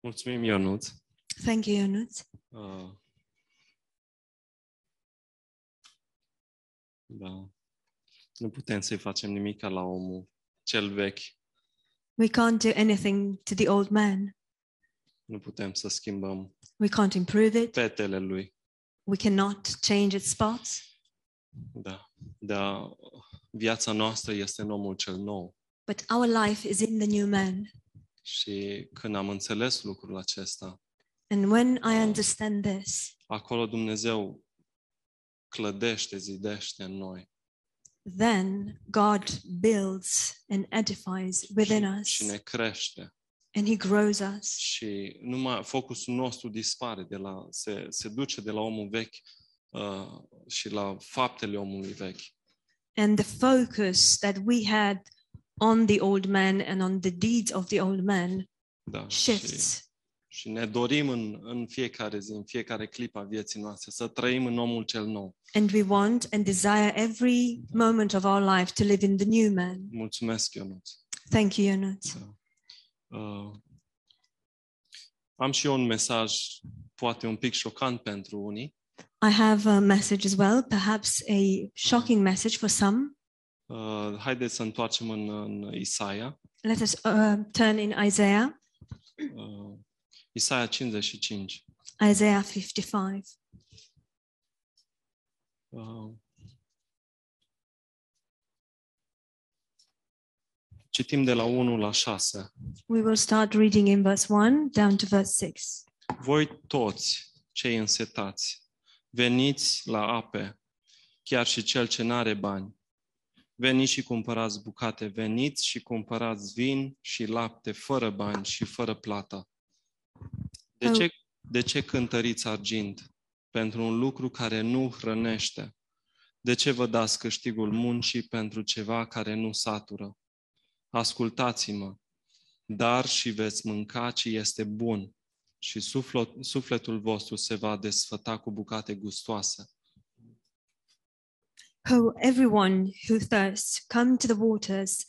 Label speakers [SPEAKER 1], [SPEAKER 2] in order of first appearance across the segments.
[SPEAKER 1] Mulțumim, Ionuț.
[SPEAKER 2] Thank you, Ionuț.
[SPEAKER 1] Uh, Da. Nu putem să-i facem nimic la omul cel vechi.
[SPEAKER 2] We can't do anything to the old man.
[SPEAKER 1] Nu putem să schimbăm
[SPEAKER 2] We can't improve it.
[SPEAKER 1] petele lui.
[SPEAKER 2] We cannot change its spots.
[SPEAKER 1] Da. Dar viața noastră este în omul cel nou.
[SPEAKER 2] But our life is in the new man.
[SPEAKER 1] Și când am înțeles lucrul acesta,
[SPEAKER 2] And when I understand this,
[SPEAKER 1] acolo Dumnezeu clădește, zidește în noi.
[SPEAKER 2] then God builds and edifies within us
[SPEAKER 1] Și ne crește.
[SPEAKER 2] and he grows us.
[SPEAKER 1] Și numai focusul nostru dispare, de la, se, se duce de la omul vechi uh, și la faptele omului vechi.
[SPEAKER 2] And the focus that we had on the old man and on the deeds of the old man
[SPEAKER 1] Da. Și,
[SPEAKER 2] shifts.
[SPEAKER 1] Și ne dorim în, în fiecare zi, în fiecare clip a vieții noastre, să trăim în omul cel nou.
[SPEAKER 2] And we want and desire every moment of our life to live in the new man.
[SPEAKER 1] Mulțumesc, Ionuț.
[SPEAKER 2] Thank you, Ionut.
[SPEAKER 1] Da. Uh, am și eu un mesaj, poate un pic șocant pentru unii,
[SPEAKER 2] I have a message as well, perhaps a shocking message for some.
[SPEAKER 1] Uh, haideți să întoarcem în, în Isaia,
[SPEAKER 2] Let us uh, turn in Isaiah,
[SPEAKER 1] uh, Isaia 55.
[SPEAKER 2] Isaiah 55.
[SPEAKER 1] Uh, citim de la 1 la 6.
[SPEAKER 2] We will start reading in verse 1 down to verse 6.
[SPEAKER 1] Voi toți cei însetați, veniți la ape, chiar și cel ce n-are bani. Veniți și cumpărați bucate, veniți și cumpărați vin și lapte fără bani și fără plată. De ce, de ce cântăriți argint pentru un lucru care nu hrănește? De ce vă dați câștigul muncii pentru ceva care nu satură? Ascultați-mă, dar și veți mânca ce este bun și suflo- sufletul vostru se va desfăta cu bucate gustoase.
[SPEAKER 2] Ho, everyone who thirsts, come to the waters,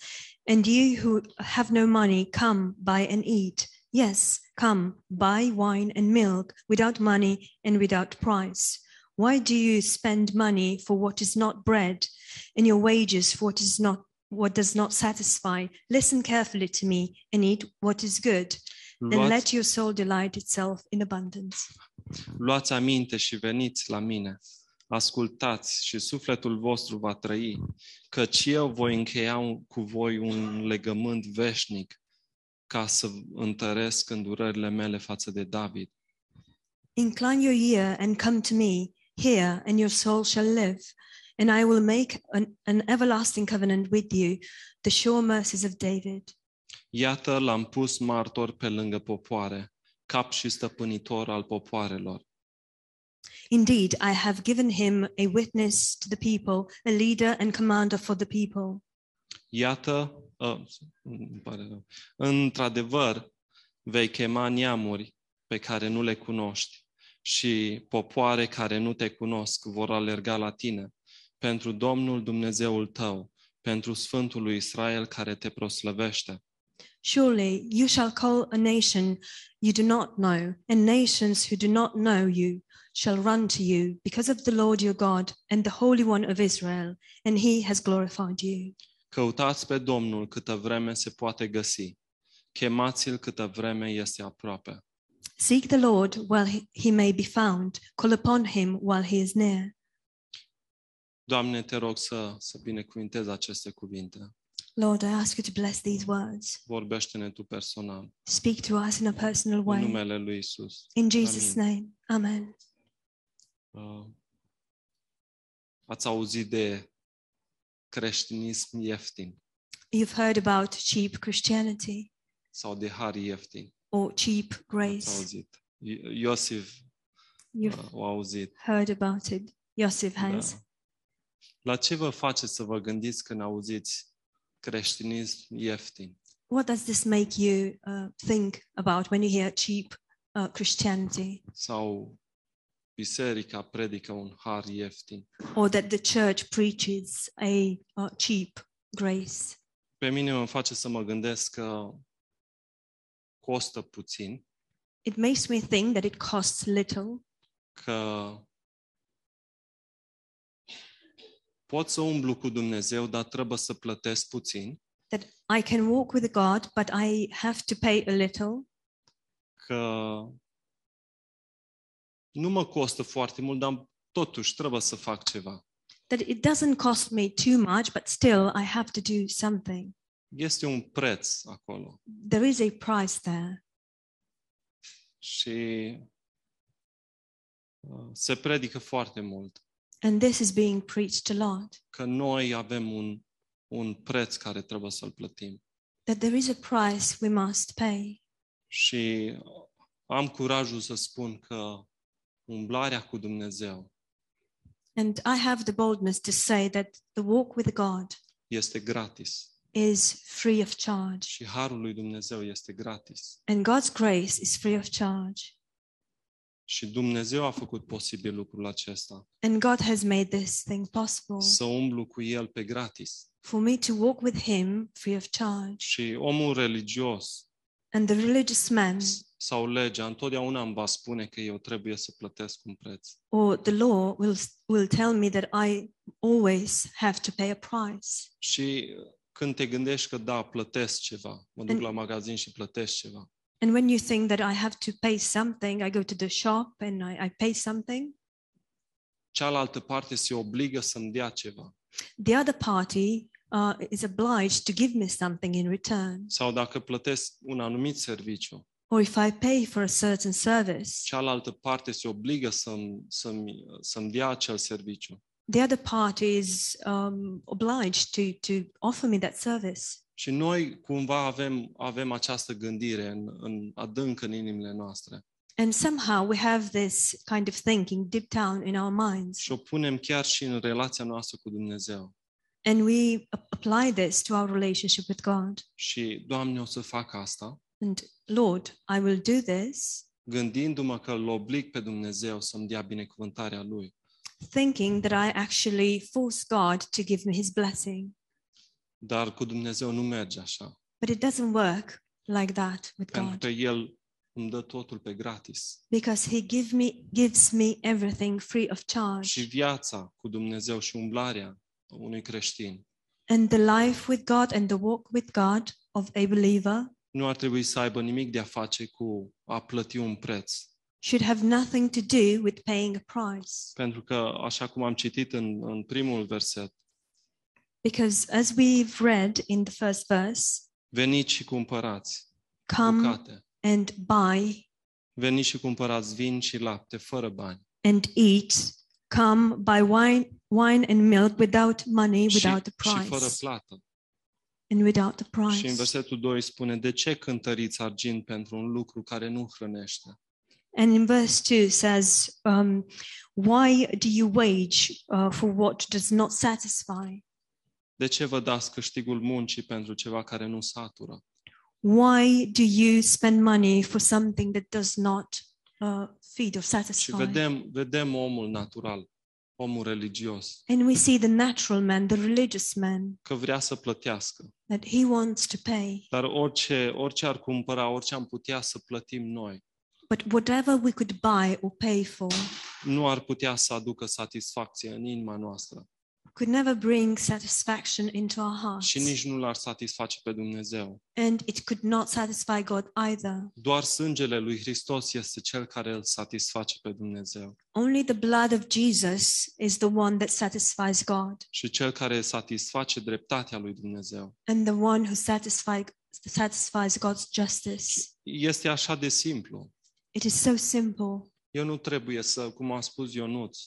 [SPEAKER 2] and you who have no money, come buy and eat. Yes, come buy wine and milk without money and without price. Why do you spend money for what is not bread, and your wages for what is not what does not satisfy? Listen carefully to me and eat what is good, and
[SPEAKER 1] Luați,
[SPEAKER 2] let your soul delight itself in abundance.
[SPEAKER 1] luați aminte și veniți la mine. Ascultați și sufletul vostru va trăi, căci eu voi încheia un- cu voi un legământ veșnic ca să întăresc îndurările mele față de David.
[SPEAKER 2] Incline your ear and come to me. Hear, and your soul shall live. And I will make an, an everlasting covenant with you, the sure mercies of David.
[SPEAKER 1] Iată, l-am pus martor pe lângă popoare, cap și stăpânitor al popoarelor.
[SPEAKER 2] Indeed, I have given him a witness to the people, a leader and commander for the people.
[SPEAKER 1] Iată, uh, îmi pare rău. într-adevăr, vei chema neamuri pe care nu le cunoști și popoare care nu te cunosc vor alerga la tine, pentru Domnul Dumnezeul tău, pentru Sfântul lui Israel care te proslăvește.
[SPEAKER 2] Surely you shall call a nation you do not know, and nations who do not know you shall run to you because of the Lord your God and the Holy One of Israel, and he has glorified you.
[SPEAKER 1] Căutați pe Domnul câtă vreme se poate găsi, chemați-l câtă vreme este aproape.
[SPEAKER 2] Seek the Lord while he, he may be found, call upon him while he is near.
[SPEAKER 1] Doamne, te rog să, să binecuvintezi aceste cuvinte.
[SPEAKER 2] Lord, I ask you to bless these words.
[SPEAKER 1] Vorbește-ne Tu personal,
[SPEAKER 2] Speak to us in a personal
[SPEAKER 1] în
[SPEAKER 2] way.
[SPEAKER 1] numele Lui Isus.
[SPEAKER 2] In Jesus'
[SPEAKER 1] Amin.
[SPEAKER 2] name, Amen.
[SPEAKER 1] Uh, Ați auzit de creștinism ieftin
[SPEAKER 2] You've heard about cheap Christianity
[SPEAKER 1] sau de har ieftin.
[SPEAKER 2] or cheap
[SPEAKER 1] Ați
[SPEAKER 2] grace.
[SPEAKER 1] auzit. I- Iosif
[SPEAKER 2] You've
[SPEAKER 1] uh, o auzit.
[SPEAKER 2] heard about it. Yosef has.
[SPEAKER 1] La ce vă face să vă gândiți când auziți creștinism ieftin?
[SPEAKER 2] What does this make you uh, think about when you hear cheap uh, Christianity
[SPEAKER 1] Sau biserica predică un har ieftin?
[SPEAKER 2] or that the church preaches a uh, cheap grace?
[SPEAKER 1] Pe mine mă face să mă gândesc că costă puțin
[SPEAKER 2] It makes me think that it costs little,
[SPEAKER 1] că pot să umblu cu Dumnezeu, dar trebuie să plătesc puțin,
[SPEAKER 2] that I can walk with God, but I have to pay a little,
[SPEAKER 1] că nu mă costă foarte mult, dar totuși trebuie să fac ceva.
[SPEAKER 2] that it doesn't cost me too much, but still I have to do something.
[SPEAKER 1] Este un preț acolo.
[SPEAKER 2] There is a price there.
[SPEAKER 1] și uh, se predică foarte mult
[SPEAKER 2] And this is being preached a lot
[SPEAKER 1] că noi avem un, un preț care trebuie să-l plătim.
[SPEAKER 2] that there is a price we must pay.
[SPEAKER 1] Și am curajul să spun că umblarea cu Dumnezeu
[SPEAKER 2] And I have the boldness to say that the walk with God
[SPEAKER 1] este gratis
[SPEAKER 2] is free of charge,
[SPEAKER 1] și harul lui Dumnezeu este gratis.
[SPEAKER 2] and God's grace is free of charge.
[SPEAKER 1] Și Dumnezeu a făcut posibil lucrul acesta,
[SPEAKER 2] And God has made this thing possible
[SPEAKER 1] să umblu cu el pe gratis.
[SPEAKER 2] for me to walk with Him free of charge.
[SPEAKER 1] Și omul religios
[SPEAKER 2] And the religious man
[SPEAKER 1] sau legea întotdeauna îmi va spune că eu trebuie să plătesc un preț.
[SPEAKER 2] or the law will, will tell me that I always have to pay a price.
[SPEAKER 1] Și când te gândești că da, plătesc ceva, mă duc la magazin și plătesc ceva,
[SPEAKER 2] And when you think that I have to pay something, I go to the shop and I, I pay something,
[SPEAKER 1] cealaltă parte se obligă să-mi dea ceva.
[SPEAKER 2] the other party uh, is obliged to give me something in return.
[SPEAKER 1] Sau dacă plătesc un anumit serviciu,
[SPEAKER 2] Or if I pay for a certain service,
[SPEAKER 1] cealaltă parte se obligă să-mi, să-mi, să-mi dea acel serviciu.
[SPEAKER 2] the other party is um, obliged to, to offer me that service.
[SPEAKER 1] Și noi cumva avem, avem această gândire în, în adânc în inimile noastre
[SPEAKER 2] And somehow we have this kind of thinking deep down in our minds.
[SPEAKER 1] și o punem chiar și în relația noastră cu Dumnezeu.
[SPEAKER 2] And we ap- apply this to our relationship with God.
[SPEAKER 1] Și, Doamne, o să fac asta,
[SPEAKER 2] And Lord, I will do this,
[SPEAKER 1] gândindu-mă că îl oblig pe Dumnezeu să-mi dea binecuvântarea Lui.
[SPEAKER 2] thinking that I actually force God to give me his blessing.
[SPEAKER 1] Dar cu Dumnezeu nu merge așa,
[SPEAKER 2] But it doesn't work like that with
[SPEAKER 1] pentru că
[SPEAKER 2] God
[SPEAKER 1] El îmi dă totul pe gratis.
[SPEAKER 2] because he give me gives me everything free of charge.
[SPEAKER 1] Și viața cu Dumnezeu și umblarea unui creștin
[SPEAKER 2] And the life with God and the walk with God of a believer
[SPEAKER 1] nu ar trebui să aibă nimic de a face cu a plăti un preț.
[SPEAKER 2] should have nothing to do with paying a price.
[SPEAKER 1] Pentru că, așa cum am citit în, în primul verset,
[SPEAKER 2] Because as we've read in the first verse,
[SPEAKER 1] veniți și cumpărați
[SPEAKER 2] come
[SPEAKER 1] bucate,
[SPEAKER 2] and buy
[SPEAKER 1] veniți și cumpărați vin și lapte fără bani
[SPEAKER 2] and eat, come buy wine, wine and milk without money,
[SPEAKER 1] și,
[SPEAKER 2] without a
[SPEAKER 1] și fără
[SPEAKER 2] price,
[SPEAKER 1] plată.
[SPEAKER 2] and without a
[SPEAKER 1] Și în
[SPEAKER 2] price.
[SPEAKER 1] versetul 2 spune, de ce cântăriți argint pentru un lucru care nu hrănește?
[SPEAKER 2] And in verse 2 says, um, Why do you wage uh, for what does not satisfy?
[SPEAKER 1] De ce vă dați câștigul muncii pentru ceva care nu satură?
[SPEAKER 2] Why do you spend money for something that does not uh, feed or
[SPEAKER 1] Și
[SPEAKER 2] satisfy?
[SPEAKER 1] vedem, vedem omul natural, omul religios,
[SPEAKER 2] And we see the natural man, the religious man,
[SPEAKER 1] că vrea să plătească.
[SPEAKER 2] that he wants to pay.
[SPEAKER 1] Dar orice, orice ar cumpăra, orice am putea să plătim noi,
[SPEAKER 2] But whatever we could buy or pay for
[SPEAKER 1] nu ar putea să aducă satisfacție în inima noastră.
[SPEAKER 2] could never bring satisfaction into our hearts.
[SPEAKER 1] Și nici nu l-ar satisface pe Dumnezeu.
[SPEAKER 2] And it could not satisfy God either.
[SPEAKER 1] Doar sângele lui Hristos este cel care îl satisface pe Dumnezeu.
[SPEAKER 2] Only the blood of Jesus is the one that satisfies God
[SPEAKER 1] Și cel care satisface dreptatea lui Dumnezeu.
[SPEAKER 2] and the one who satisfy, satisfies God's justice.
[SPEAKER 1] Este așa de simplu.
[SPEAKER 2] It is so simple.
[SPEAKER 1] Eu nu trebuie să, cum a spus Ionuț,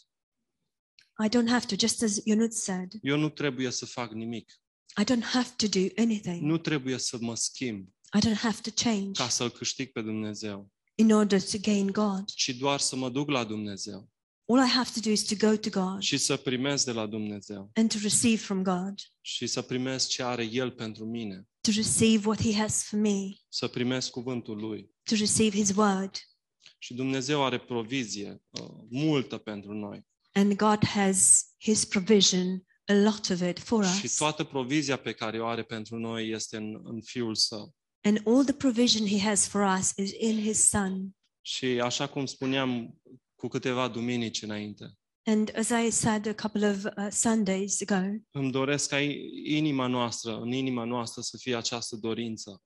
[SPEAKER 2] I don't have to, just as Yunus said,
[SPEAKER 1] Eu nu trebuie să fac nimic.
[SPEAKER 2] I don't have to do anything.
[SPEAKER 1] Nu trebuie să mă schimb
[SPEAKER 2] I don't have to change
[SPEAKER 1] ca să-L câștig pe Dumnezeu,
[SPEAKER 2] in order to gain God.
[SPEAKER 1] ci doar să mă duc la Dumnezeu
[SPEAKER 2] All I have to do is to go to God
[SPEAKER 1] și să primesc de la Dumnezeu
[SPEAKER 2] and to receive from God,
[SPEAKER 1] și să primesc ce are El pentru mine,
[SPEAKER 2] to receive what He has for me,
[SPEAKER 1] să primesc cuvântul Lui.
[SPEAKER 2] to receive His word.
[SPEAKER 1] Și Dumnezeu are provizie uh, multă pentru noi.
[SPEAKER 2] And God has His provision, a lot of it for
[SPEAKER 1] Și
[SPEAKER 2] us.
[SPEAKER 1] toată provizia pe care o are pentru noi este în, în Fiul Său.
[SPEAKER 2] And all the provision He has for us is in His Son.
[SPEAKER 1] Și așa cum spuneam cu câteva duminici înainte,
[SPEAKER 2] And as I said a couple of uh, Sundays ago,
[SPEAKER 1] îmi doresc ca inima noastră, în inima noastră să fie această dorință.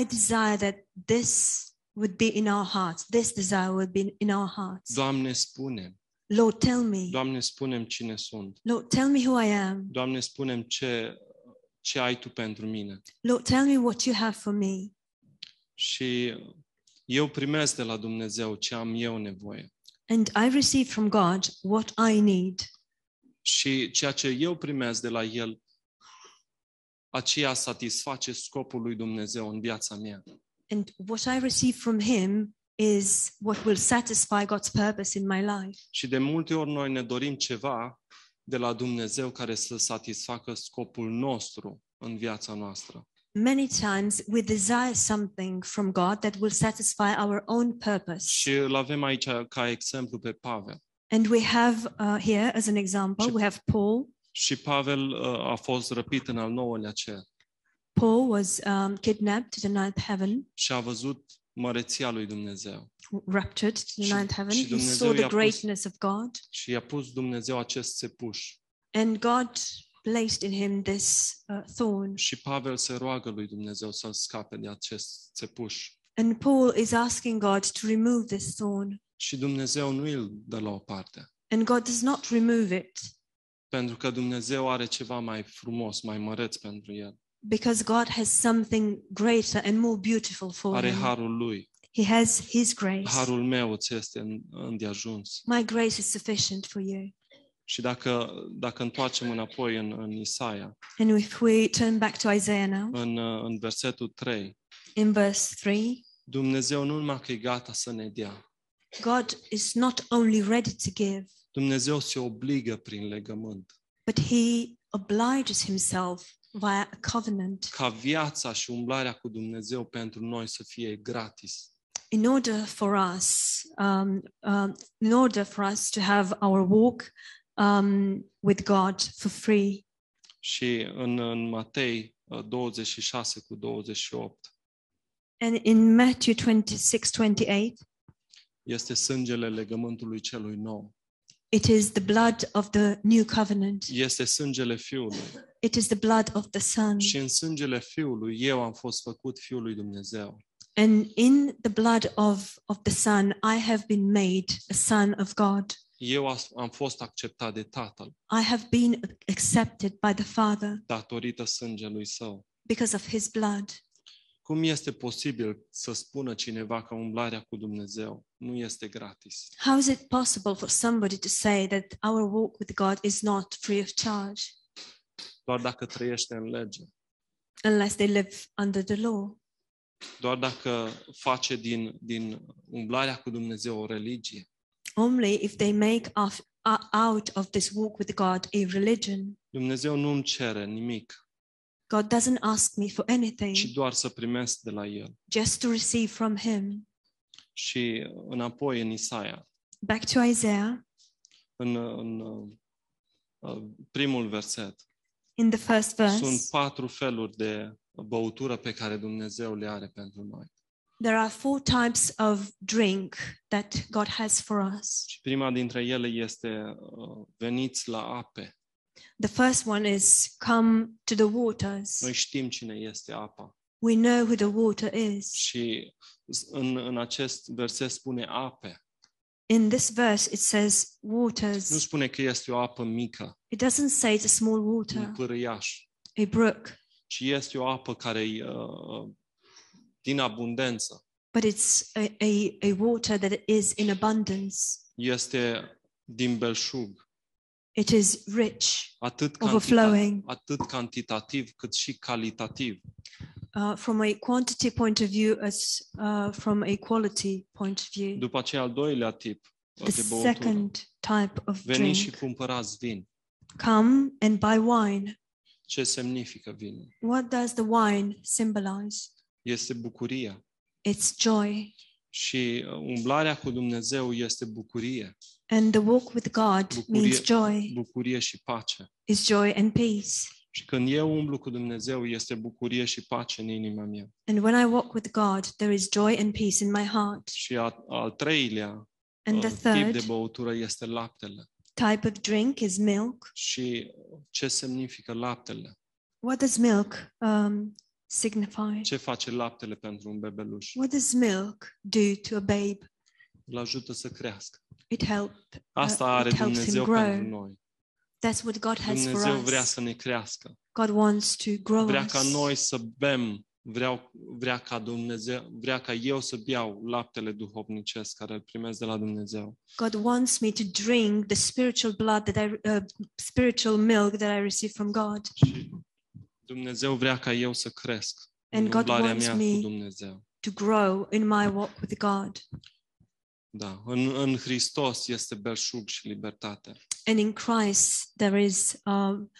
[SPEAKER 2] I desire that this would be in our hearts. This desire would be in our hearts.
[SPEAKER 1] Doamne, spune
[SPEAKER 2] Lord, tell me.
[SPEAKER 1] Doamne, spunem cine sunt.
[SPEAKER 2] Lord, tell me who I am.
[SPEAKER 1] Doamne, spunem ce, ce ai Tu pentru mine.
[SPEAKER 2] Lord, tell me what you have for me.
[SPEAKER 1] Și eu primesc de la Dumnezeu ce am eu nevoie.
[SPEAKER 2] And I receive from God what I need.
[SPEAKER 1] Și ceea ce eu primesc de la El, aceea satisface scopul lui Dumnezeu în viața mea.
[SPEAKER 2] And what I receive from Him is what will satisfy God's purpose in my life.
[SPEAKER 1] Și de multe ori noi ne dorim ceva de la Dumnezeu care să satisfacă scopul nostru în viața noastră.
[SPEAKER 2] Many times we desire something from God that will satisfy our own purpose.
[SPEAKER 1] Și îl avem aici ca exemplu pe Pavel.
[SPEAKER 2] And we have uh, here, as an example,
[SPEAKER 1] Sure.
[SPEAKER 2] we have Paul.
[SPEAKER 1] Și Pavel uh, a fost răpit în al nouălea cer.
[SPEAKER 2] Paul was um, kidnapped to the ninth heaven,
[SPEAKER 1] și a văzut măreția lui Dumnezeu.
[SPEAKER 2] raptured to the
[SPEAKER 1] Și-
[SPEAKER 2] ninth heaven.
[SPEAKER 1] și
[SPEAKER 2] He
[SPEAKER 1] Dumnezeu
[SPEAKER 2] saw
[SPEAKER 1] i-a
[SPEAKER 2] the
[SPEAKER 1] pus-
[SPEAKER 2] greatness of God,
[SPEAKER 1] Și i-a pus Dumnezeu acest țepuș.
[SPEAKER 2] and God placed in him this uh, thorn.
[SPEAKER 1] Și Pavel se roagă lui Dumnezeu să-l scape de acest țepuș.
[SPEAKER 2] And Paul is asking God to remove this thorn,
[SPEAKER 1] Și Dumnezeu nu îl dă la o parte.
[SPEAKER 2] and God does not remove it
[SPEAKER 1] Pentru că Dumnezeu are ceva mai frumos, mai măreț pentru el.
[SPEAKER 2] because God has something greater and more beautiful for
[SPEAKER 1] Are
[SPEAKER 2] him.
[SPEAKER 1] harul lui.
[SPEAKER 2] He has His grace.
[SPEAKER 1] Harul meu ți este în- îndeajuns.
[SPEAKER 2] My grace is sufficient for you.
[SPEAKER 1] Și dacă, dacă întoarcem înapoi în, în Isaia,
[SPEAKER 2] And if we turn back to Isaiah now,
[SPEAKER 1] în, uh, în versetul 3,
[SPEAKER 2] in verse 3,
[SPEAKER 1] Dumnezeu nu numai că e gata să ne dea,
[SPEAKER 2] God is not only ready to give,
[SPEAKER 1] Dumnezeu se obligă prin legământ.
[SPEAKER 2] but he obliges himself via a covenant
[SPEAKER 1] ca viața și umblarea cu Dumnezeu pentru noi să fie gratis.
[SPEAKER 2] in order for us um, um, in order for us to have our walk um, with God for free.
[SPEAKER 1] Și în, în Matei uh, 26 cu 28
[SPEAKER 2] And in Matthew 26, 28,
[SPEAKER 1] este sângele legământului celui nou.
[SPEAKER 2] it is the blood of the new covenant.
[SPEAKER 1] Este sângele Fiului.
[SPEAKER 2] It is the blood of the Son.
[SPEAKER 1] Și în sângele Fiului eu am fost făcut Fiul lui Dumnezeu.
[SPEAKER 2] And in the blood of, of the Son, I have been made a son of God.
[SPEAKER 1] Eu as- am fost acceptat de Tatăl
[SPEAKER 2] I have been accepted by the Father
[SPEAKER 1] datorită sângelui Său.
[SPEAKER 2] because of his blood.
[SPEAKER 1] Cum este posibil să spună cineva că umblarea cu Dumnezeu nu este gratis?
[SPEAKER 2] How is it possible for somebody to say that our walk with God is not free of charge
[SPEAKER 1] Doar dacă trăiește în lege,
[SPEAKER 2] unless they live under the law?
[SPEAKER 1] doar dacă face din, din umblarea cu Dumnezeu o religie,
[SPEAKER 2] Only if they make of, uh, out of this walk with God a religion.
[SPEAKER 1] Dumnezeu nu îmi cere nimic,
[SPEAKER 2] God doesn't ask me for anything,
[SPEAKER 1] ci doar să primesc de la El.
[SPEAKER 2] just to receive from Him.
[SPEAKER 1] Și înapoi în Isaia,
[SPEAKER 2] Back to Isaiah
[SPEAKER 1] în, în uh, primul verset,
[SPEAKER 2] in the first
[SPEAKER 1] sunt
[SPEAKER 2] verse.
[SPEAKER 1] patru feluri de băutură pe care Dumnezeu le are pentru noi.
[SPEAKER 2] There are four types of drink that God has for us.
[SPEAKER 1] Și prima dintre ele este uh, veniți la ape.
[SPEAKER 2] The first one is come to the waters.
[SPEAKER 1] Noi știm cine este apa.
[SPEAKER 2] We know who the water is.
[SPEAKER 1] Și în, în acest verset spune ape.
[SPEAKER 2] In this verse, it says
[SPEAKER 1] Nu
[SPEAKER 2] waters.
[SPEAKER 1] spune că este o apă mică,
[SPEAKER 2] It doesn't say it's a small water,
[SPEAKER 1] un pârâiaș,
[SPEAKER 2] a brook,
[SPEAKER 1] ci este o apă care e uh, din abundență.
[SPEAKER 2] but it's a, a, a water that is in abundance.
[SPEAKER 1] Este din belșug,
[SPEAKER 2] It is rich
[SPEAKER 1] atât, cantita-
[SPEAKER 2] Overflowing.
[SPEAKER 1] atât cantitativ cât și calitativ.
[SPEAKER 2] uh, from a quantity point of view as uh, from a quality point of view.
[SPEAKER 1] După aceea, al doilea tip uh,
[SPEAKER 2] The
[SPEAKER 1] de băutură.
[SPEAKER 2] second type of
[SPEAKER 1] Veniți și
[SPEAKER 2] drink
[SPEAKER 1] cumpărați vin.
[SPEAKER 2] come and buy wine.
[SPEAKER 1] Ce semnifică vinul?
[SPEAKER 2] What does the wine symbolize?
[SPEAKER 1] Este bucuria.
[SPEAKER 2] It's joy.
[SPEAKER 1] Și uh, umblarea cu Dumnezeu este bucurie.
[SPEAKER 2] And the walk with God means
[SPEAKER 1] Bucurie-
[SPEAKER 2] joy,
[SPEAKER 1] Bucurie și pace.
[SPEAKER 2] is joy and peace.
[SPEAKER 1] Și când eu umblu cu Dumnezeu, este bucurie și pace în inima mea.
[SPEAKER 2] And when I walk with God, there is joy and peace in my heart.
[SPEAKER 1] Și a, al treilea
[SPEAKER 2] And the
[SPEAKER 1] uh, tip de
[SPEAKER 2] third
[SPEAKER 1] băutură este laptele.
[SPEAKER 2] type of drink is milk.
[SPEAKER 1] Și ce semnifică laptele?
[SPEAKER 2] What does milk um, signify?
[SPEAKER 1] Ce face laptele pentru un bebeluș?
[SPEAKER 2] What does milk do to a babe?
[SPEAKER 1] Îl ajută să crească.
[SPEAKER 2] It helps.
[SPEAKER 1] Asta
[SPEAKER 2] Uh,
[SPEAKER 1] are
[SPEAKER 2] it helps him
[SPEAKER 1] Dumnezeu
[SPEAKER 2] grow.
[SPEAKER 1] pentru noi.
[SPEAKER 2] That's what God has for
[SPEAKER 1] Dumnezeu vrea
[SPEAKER 2] us.
[SPEAKER 1] să ne crească.
[SPEAKER 2] God wants to grow
[SPEAKER 1] Vrea ca
[SPEAKER 2] us.
[SPEAKER 1] noi să bem, vreau, vrea ca Dumnezeu, vrea ca eu să beau laptele duhovnicesc care îl primesc de la Dumnezeu.
[SPEAKER 2] God wants me to drink the spiritual blood that I, uh, spiritual milk that I receive from God.
[SPEAKER 1] Și Dumnezeu vrea ca eu să cresc în
[SPEAKER 2] And God
[SPEAKER 1] umblarea
[SPEAKER 2] wants
[SPEAKER 1] mea
[SPEAKER 2] me-
[SPEAKER 1] cu Dumnezeu.
[SPEAKER 2] to grow in my walk with God.
[SPEAKER 1] Da, în, în Hristos este belșug și libertate.
[SPEAKER 2] And in Christ, there is um,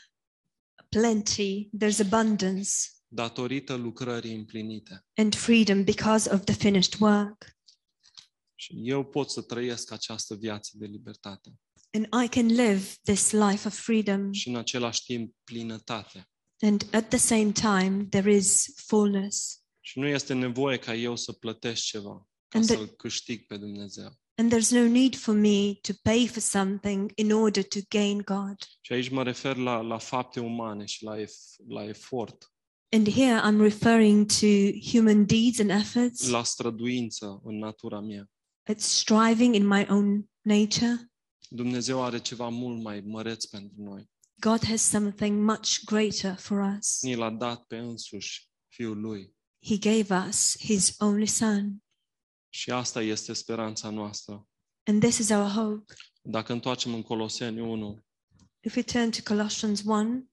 [SPEAKER 2] plenty, there's abundance
[SPEAKER 1] datorită lucrării împlinite.
[SPEAKER 2] and freedom because of the finished work.
[SPEAKER 1] Și eu pot să trăiesc această viață de libertate
[SPEAKER 2] And I can live this life of freedom.
[SPEAKER 1] și în același timp plinătate.
[SPEAKER 2] And at the same time, there is fullness.
[SPEAKER 1] Și nu este nevoie ca eu să plătesc ceva ca
[SPEAKER 2] And the-
[SPEAKER 1] să-L câștig pe Dumnezeu.
[SPEAKER 2] And there's no need for me to pay for something in order to gain God.
[SPEAKER 1] Și aici mă refer la, la fapte umane și la, ef, la efort,
[SPEAKER 2] And here I'm referring to human deeds and efforts.
[SPEAKER 1] la străduință în natura mea.
[SPEAKER 2] It's striving in my own nature.
[SPEAKER 1] Dumnezeu are ceva mult mai măreț pentru noi.
[SPEAKER 2] God has something much greater for us.
[SPEAKER 1] Ni l-a dat pe însuși Fiul Lui.
[SPEAKER 2] He gave us His only Son.
[SPEAKER 1] Și asta este speranța noastră.
[SPEAKER 2] And this is our hope.
[SPEAKER 1] Dacă întoarcem în Coloseni 1,
[SPEAKER 2] If we turn to Colossians 1,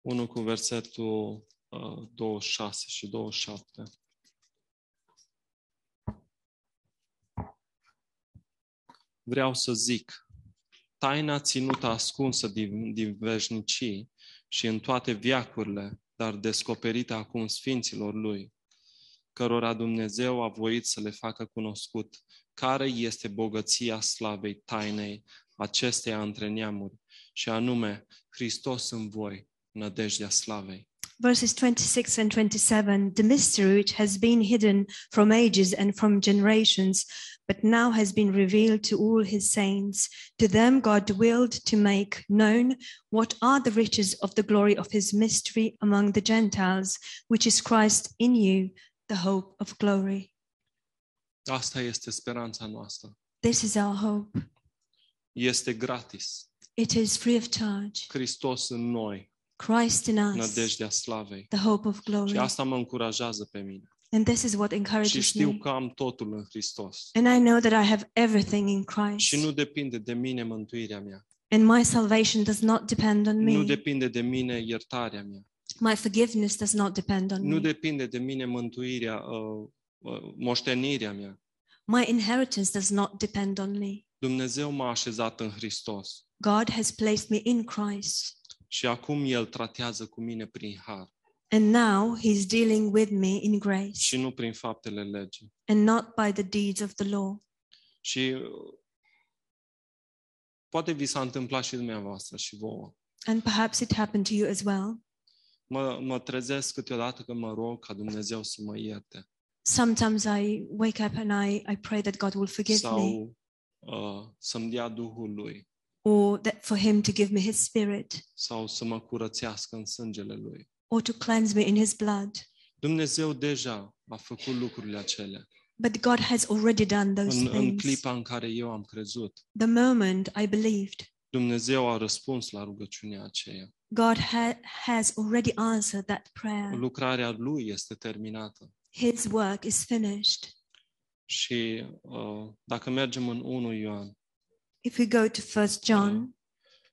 [SPEAKER 1] Unul cu versetul uh, 26 și 27. Vreau să zic, taina ținută ascunsă din, din veșnicii și în toate viacurile, dar descoperită acum sfinților lui, cărora Dumnezeu a voit să le facă cunoscut care este bogăția slavei tainei acesteia între neamuri, și anume Hristos în voi, nădejdea slavei.
[SPEAKER 2] verses 26 and 27 The mystery which has been hidden from ages and from generations, but now has been revealed to all His saints. To them, God willed to make known what are the riches of the glory of His mystery among the Gentiles, which is Christ in you, the hope of glory.
[SPEAKER 1] Asta este speranța noastră.
[SPEAKER 2] This is our hope.
[SPEAKER 1] Este gratis.
[SPEAKER 2] It is free of charge.
[SPEAKER 1] Hristos în noi,
[SPEAKER 2] Christ in us,
[SPEAKER 1] nădejdea slavei.
[SPEAKER 2] the hope of
[SPEAKER 1] Și
[SPEAKER 2] glory.
[SPEAKER 1] asta mă încurajează pe mine.
[SPEAKER 2] And this is what
[SPEAKER 1] Și
[SPEAKER 2] encourages
[SPEAKER 1] știu
[SPEAKER 2] me.
[SPEAKER 1] că am totul în Hristos.
[SPEAKER 2] And I know that I have everything in Christ.
[SPEAKER 1] Și nu depinde de mine mântuirea mea.
[SPEAKER 2] And my salvation does not depend on
[SPEAKER 1] Nu
[SPEAKER 2] me.
[SPEAKER 1] depinde de mine iertarea mea.
[SPEAKER 2] My forgiveness does not depend on
[SPEAKER 1] Nu
[SPEAKER 2] me.
[SPEAKER 1] depinde de mine mântuirea, uh, uh, moștenirea mea.
[SPEAKER 2] My inheritance does not depend on me.
[SPEAKER 1] Dumnezeu m-a așezat în Hristos.
[SPEAKER 2] God has placed me in Christ.
[SPEAKER 1] Și acum El tratează cu mine prin har
[SPEAKER 2] And now he's dealing with me in grace
[SPEAKER 1] și nu prin faptele legii.
[SPEAKER 2] and not by the deeds of the law.
[SPEAKER 1] Și uh, poate vi s-a întâmplat și dumneavoastră și vouă.
[SPEAKER 2] And perhaps it happened to you as well.
[SPEAKER 1] Mă, mă trezesc câteodată că mă rog ca Dumnezeu să mă ierte.
[SPEAKER 2] Sometimes I wake up and I, I pray that God will forgive me
[SPEAKER 1] sau uh, să-mi dea Duhul Lui.
[SPEAKER 2] or that for him to give me his spirit
[SPEAKER 1] Sau să mă curățească în sângele Lui.
[SPEAKER 2] or to cleanse me in his blood.
[SPEAKER 1] Dumnezeu deja a făcut lucrurile acelea.
[SPEAKER 2] But God has already done those
[SPEAKER 1] În, în
[SPEAKER 2] things.
[SPEAKER 1] clipa în care eu am crezut,
[SPEAKER 2] The moment I believed,
[SPEAKER 1] Dumnezeu a răspuns la rugăciunea aceea.
[SPEAKER 2] God ha- has already answered that prayer.
[SPEAKER 1] Lucrarea Lui este terminată.
[SPEAKER 2] His work is finished.
[SPEAKER 1] Și uh, dacă mergem în 1 Ioan,
[SPEAKER 2] If we go to First John,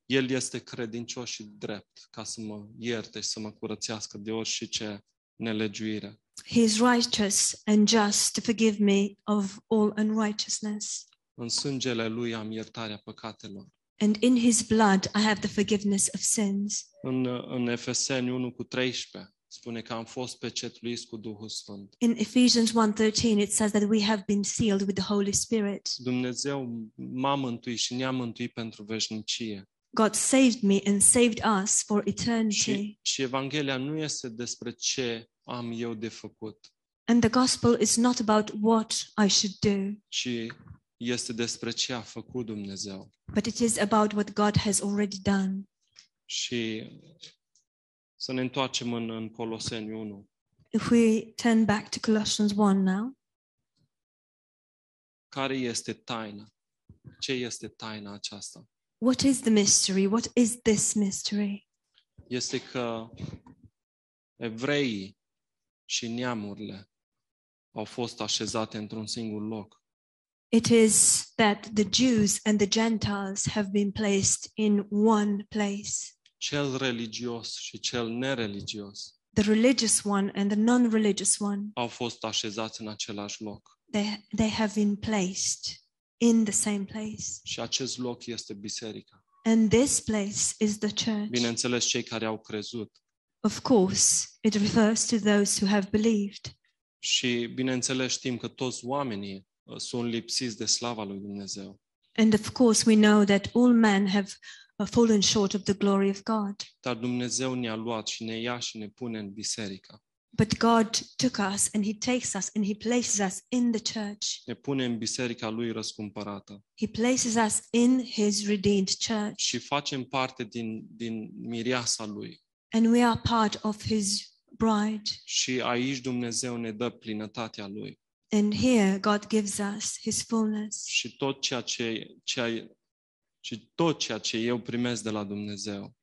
[SPEAKER 1] El este credincios și drept ca să mă ierte și să mă curățească de orice ce nelegiuire.
[SPEAKER 2] he is righteous and just to forgive me of all unrighteousness.
[SPEAKER 1] În sângele lui am iertarea păcatelor.
[SPEAKER 2] And in his blood I have the forgiveness of sins.
[SPEAKER 1] În, în Efeseni 1 cu 13 Spune că am fost pecetluiți cu Duhul Sfânt.
[SPEAKER 2] In Ephesians 1:13 it says that we have been sealed with the Holy Spirit.
[SPEAKER 1] Dumnezeu m-a mântuit și ne-a mântuit pentru veșnicie.
[SPEAKER 2] God saved me and saved us for eternity.
[SPEAKER 1] Și, și Evanghelia nu este despre ce am eu de făcut,
[SPEAKER 2] And the gospel is not about what I should do,
[SPEAKER 1] ci este despre ce a făcut Dumnezeu.
[SPEAKER 2] but it is about what God has already done.
[SPEAKER 1] Și să ne întoarcem în, în Coloseni 1.
[SPEAKER 2] If we turn back to Colossians 1 now,
[SPEAKER 1] Care este taina? Ce este taina aceasta?
[SPEAKER 2] what is the mystery? What is this mystery?
[SPEAKER 1] Este că evreii și neamurile au fost așezate într-un singur loc.
[SPEAKER 2] It is that the Jews and the Gentiles have been placed in one place,
[SPEAKER 1] Cel religios și cel nereligios
[SPEAKER 2] the religious one and the non religious one.
[SPEAKER 1] au fost așezați în același loc.
[SPEAKER 2] They, they have been placed in the same place.
[SPEAKER 1] Și acest loc este biserica.
[SPEAKER 2] And this place is the church.
[SPEAKER 1] Bineînțeles, cei care au crezut.
[SPEAKER 2] Of course, it refers to those who have believed.
[SPEAKER 1] Și bineînțeles știm că toți oamenii uh, sunt lipsiți de slava lui Dumnezeu.
[SPEAKER 2] And of course, we know that all men have uh, fallen short of the glory of God.
[SPEAKER 1] Dar Dumnezeu ne-a luat și ne ia și ne pune în biserica.
[SPEAKER 2] But God took us and He takes us and He places us in the church.
[SPEAKER 1] Ne pune în biserica lui răscumpărată
[SPEAKER 2] He places us in His redeemed church.
[SPEAKER 1] și facem parte din, din mireasa lui.
[SPEAKER 2] And we are part of His bride.
[SPEAKER 1] Și aici Dumnezeu ne dă plinătatea lui.
[SPEAKER 2] And here, God gives us His fullness.
[SPEAKER 1] Și tot ceea ce, ceea, și tot ceea ce eu primesc de la Dumnezeu,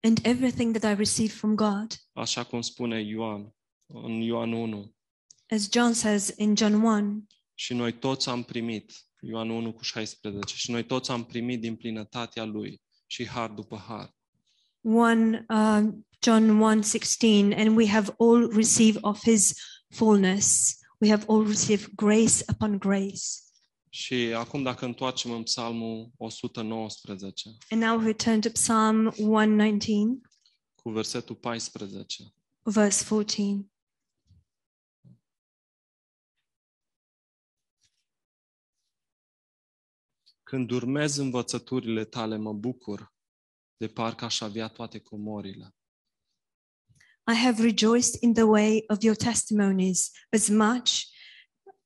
[SPEAKER 2] And everything that I receive from God,
[SPEAKER 1] așa cum spune Ioan, în Ioan 1,
[SPEAKER 2] as John says in John 1,
[SPEAKER 1] și noi toți am primit, Ioan 1 cu 16, și noi toți am primit din plinătatea lui și har după har.
[SPEAKER 2] 1 um, John 1:16 and we have all received of his fullness we have all received grace upon grace
[SPEAKER 1] Și acum dacă întoarcem în Psalmul 119
[SPEAKER 2] and now we turn to Psalm 119
[SPEAKER 1] cu versetul 14.
[SPEAKER 2] verse 14
[SPEAKER 1] Când urmez învățăturile tale, mă bucur, de parcă aș avea toate comorile.
[SPEAKER 2] I have rejoiced in the way of your testimonies as much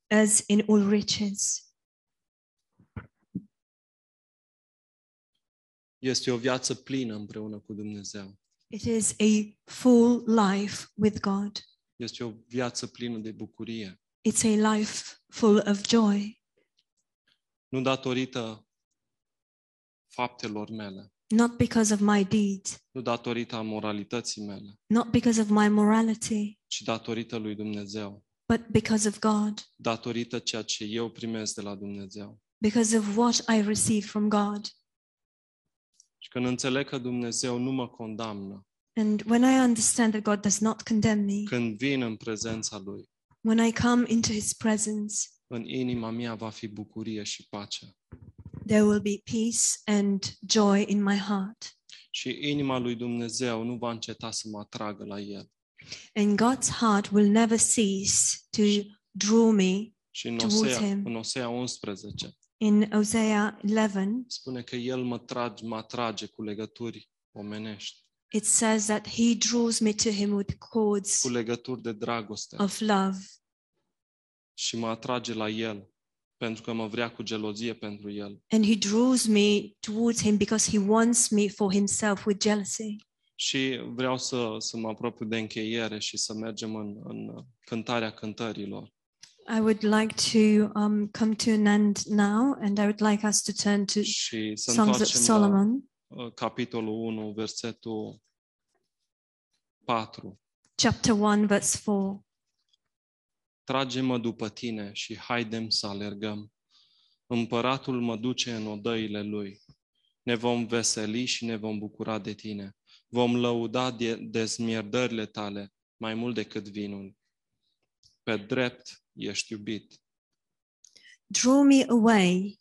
[SPEAKER 2] as in all riches
[SPEAKER 1] Este o viață plină împreună cu Dumnezeu.
[SPEAKER 2] it is a full life with God
[SPEAKER 1] Este o viață plină de bucurie.
[SPEAKER 2] it's a life full of joy
[SPEAKER 1] Nu datorită faptelor mele,
[SPEAKER 2] not because of my deeds
[SPEAKER 1] nu datorită a moralității mele,
[SPEAKER 2] not because of my morality
[SPEAKER 1] ci datorită lui Dumnezeu,
[SPEAKER 2] but because of God,
[SPEAKER 1] datorită ceea ce eu primesc de la Dumnezeu.
[SPEAKER 2] because of what I receive from God.
[SPEAKER 1] Și când înțeleg că Dumnezeu nu mă condamnă,
[SPEAKER 2] And when I understand that God does not condemn me,
[SPEAKER 1] când vin în prezența Lui,
[SPEAKER 2] when I come into his presence,
[SPEAKER 1] în inima mea va fi bucurie și pace.
[SPEAKER 2] there will be peace and joy in my heart.
[SPEAKER 1] Și inima lui Dumnezeu nu va înceta să mă atragă la El.
[SPEAKER 2] And God's heart will never cease to draw me.
[SPEAKER 1] Și în
[SPEAKER 2] Towards
[SPEAKER 1] Osea,
[SPEAKER 2] him.
[SPEAKER 1] în Osea 11
[SPEAKER 2] In Hosea 11,
[SPEAKER 1] spune că El mă, trage, mă atrage cu legături omenești,
[SPEAKER 2] it says that he draws me to him with cords
[SPEAKER 1] cu legături de dragoste
[SPEAKER 2] of love.
[SPEAKER 1] și mă atrage la El pentru că mă vrea cu gelozie pentru El.
[SPEAKER 2] And he draws me towards him because he wants me for himself with jealousy.
[SPEAKER 1] Și vreau să, să mă apropiu de încheiere și să mergem în, în cântarea cântărilor.
[SPEAKER 2] I would like to um, come to an end now, and I would like us to turn to
[SPEAKER 1] Și să
[SPEAKER 2] Songs of
[SPEAKER 1] întoarcem la,
[SPEAKER 2] Solomon,
[SPEAKER 1] uh, capitolul 1, versetul 4.
[SPEAKER 2] chapter 1, verse 4.
[SPEAKER 1] Trage-mă după tine și haidem să alergăm. Împăratul mă duce în odăile lui. Ne vom veseli și ne vom bucura de tine. Vom lăuda de- dezmierdările tale mai mult decât vinul. Pe drept ești iubit.
[SPEAKER 2] Draw me away.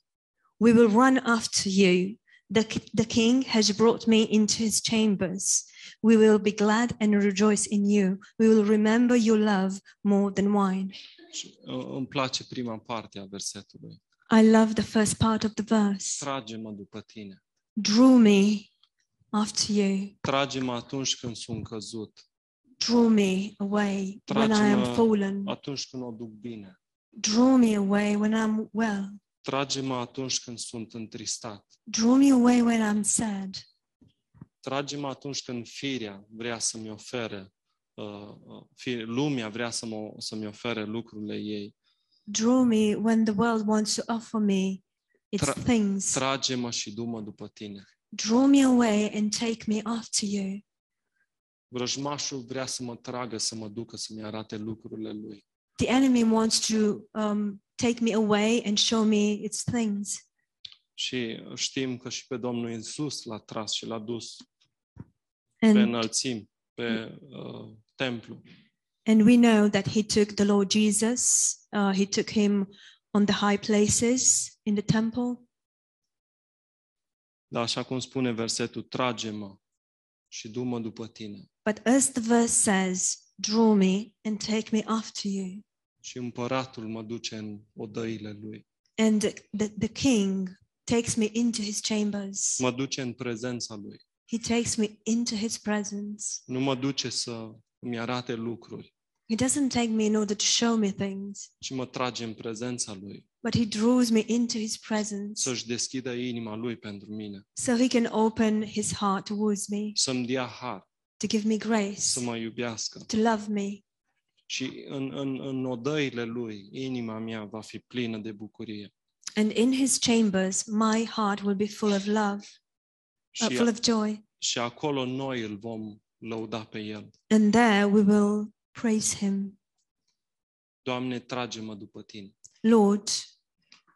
[SPEAKER 2] We will run after you. The, k- the king has brought me into his chambers. We will be glad and rejoice in you. We will remember your love more than wine.
[SPEAKER 1] Și uh, îmi place prima parte a versetului.
[SPEAKER 2] I love the first part of the verse.
[SPEAKER 1] Trage-mă după tine.
[SPEAKER 2] Draw me after you.
[SPEAKER 1] Trage-mă atunci când sunt căzut,
[SPEAKER 2] Draw me away when I am
[SPEAKER 1] Trage-mă-
[SPEAKER 2] fallen.
[SPEAKER 1] atunci când o duc bine.
[SPEAKER 2] Draw me away when I'm well.
[SPEAKER 1] Trage-mă atunci când sunt întristat.
[SPEAKER 2] Draw me away when I'm sad.
[SPEAKER 1] Trage-mă atunci când firea vrea să-mi ofere, uh, uh, fire, lumea vrea să mă, să-mi ofere lucrurile ei.
[SPEAKER 2] Draw me when the world wants to offer me its
[SPEAKER 1] Tra-
[SPEAKER 2] things.
[SPEAKER 1] Trage-mă și du-mă după tine.
[SPEAKER 2] Draw me away and take me after you.
[SPEAKER 1] Vrăjmașul vrea să mă tragă, să mă ducă, să-mi arate lucrurile lui.
[SPEAKER 2] The enemy wants to um, take me away and show me its things.
[SPEAKER 1] Și știm că și pe Domnul Iisus l-a tras și l-a dus pe
[SPEAKER 2] And,
[SPEAKER 1] înălțim, pe uh, templu.
[SPEAKER 2] and we know that he took the Lord Jesus, uh, he took him on the high places in the temple.
[SPEAKER 1] Dar așa cum spune versetul, trage-mă și du-mă după tine
[SPEAKER 2] But as the verse says, draw me and take me after you.
[SPEAKER 1] și împăratul mă duce în odăile lui.
[SPEAKER 2] And the, the king takes me into his chambers.
[SPEAKER 1] Mă duce în prezența lui.
[SPEAKER 2] He takes me into his presence.
[SPEAKER 1] Nu mă duce să îmi arate lucruri,
[SPEAKER 2] He doesn't take me in order to show me things,
[SPEAKER 1] ci mă trage în prezența lui,
[SPEAKER 2] but he draws me into his presence
[SPEAKER 1] să-și deschidă inima lui pentru mine,
[SPEAKER 2] so he can open his heart towards me,
[SPEAKER 1] să-mi dea har,
[SPEAKER 2] to give me grace,
[SPEAKER 1] să mă iubească.
[SPEAKER 2] to love me.
[SPEAKER 1] Și în, în, în odăile lui, inima mea va fi plină de bucurie.
[SPEAKER 2] And in his chambers, my heart will be full of love, uh,
[SPEAKER 1] Și,
[SPEAKER 2] full of joy.
[SPEAKER 1] și acolo noi îl vom lăuda pe el.
[SPEAKER 2] And there we will praise him.
[SPEAKER 1] Doamne, trage-mă după tine.
[SPEAKER 2] Lord,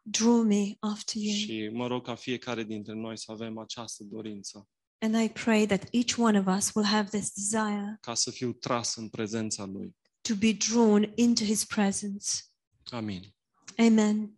[SPEAKER 2] draw me after you.
[SPEAKER 1] Și mă rog ca fiecare dintre noi să avem această dorință,
[SPEAKER 2] And I pray that each one of us will have this desire
[SPEAKER 1] ca să fiu tras în prezența lui.
[SPEAKER 2] to be drawn into his presence.
[SPEAKER 1] Amin.
[SPEAKER 2] Amen.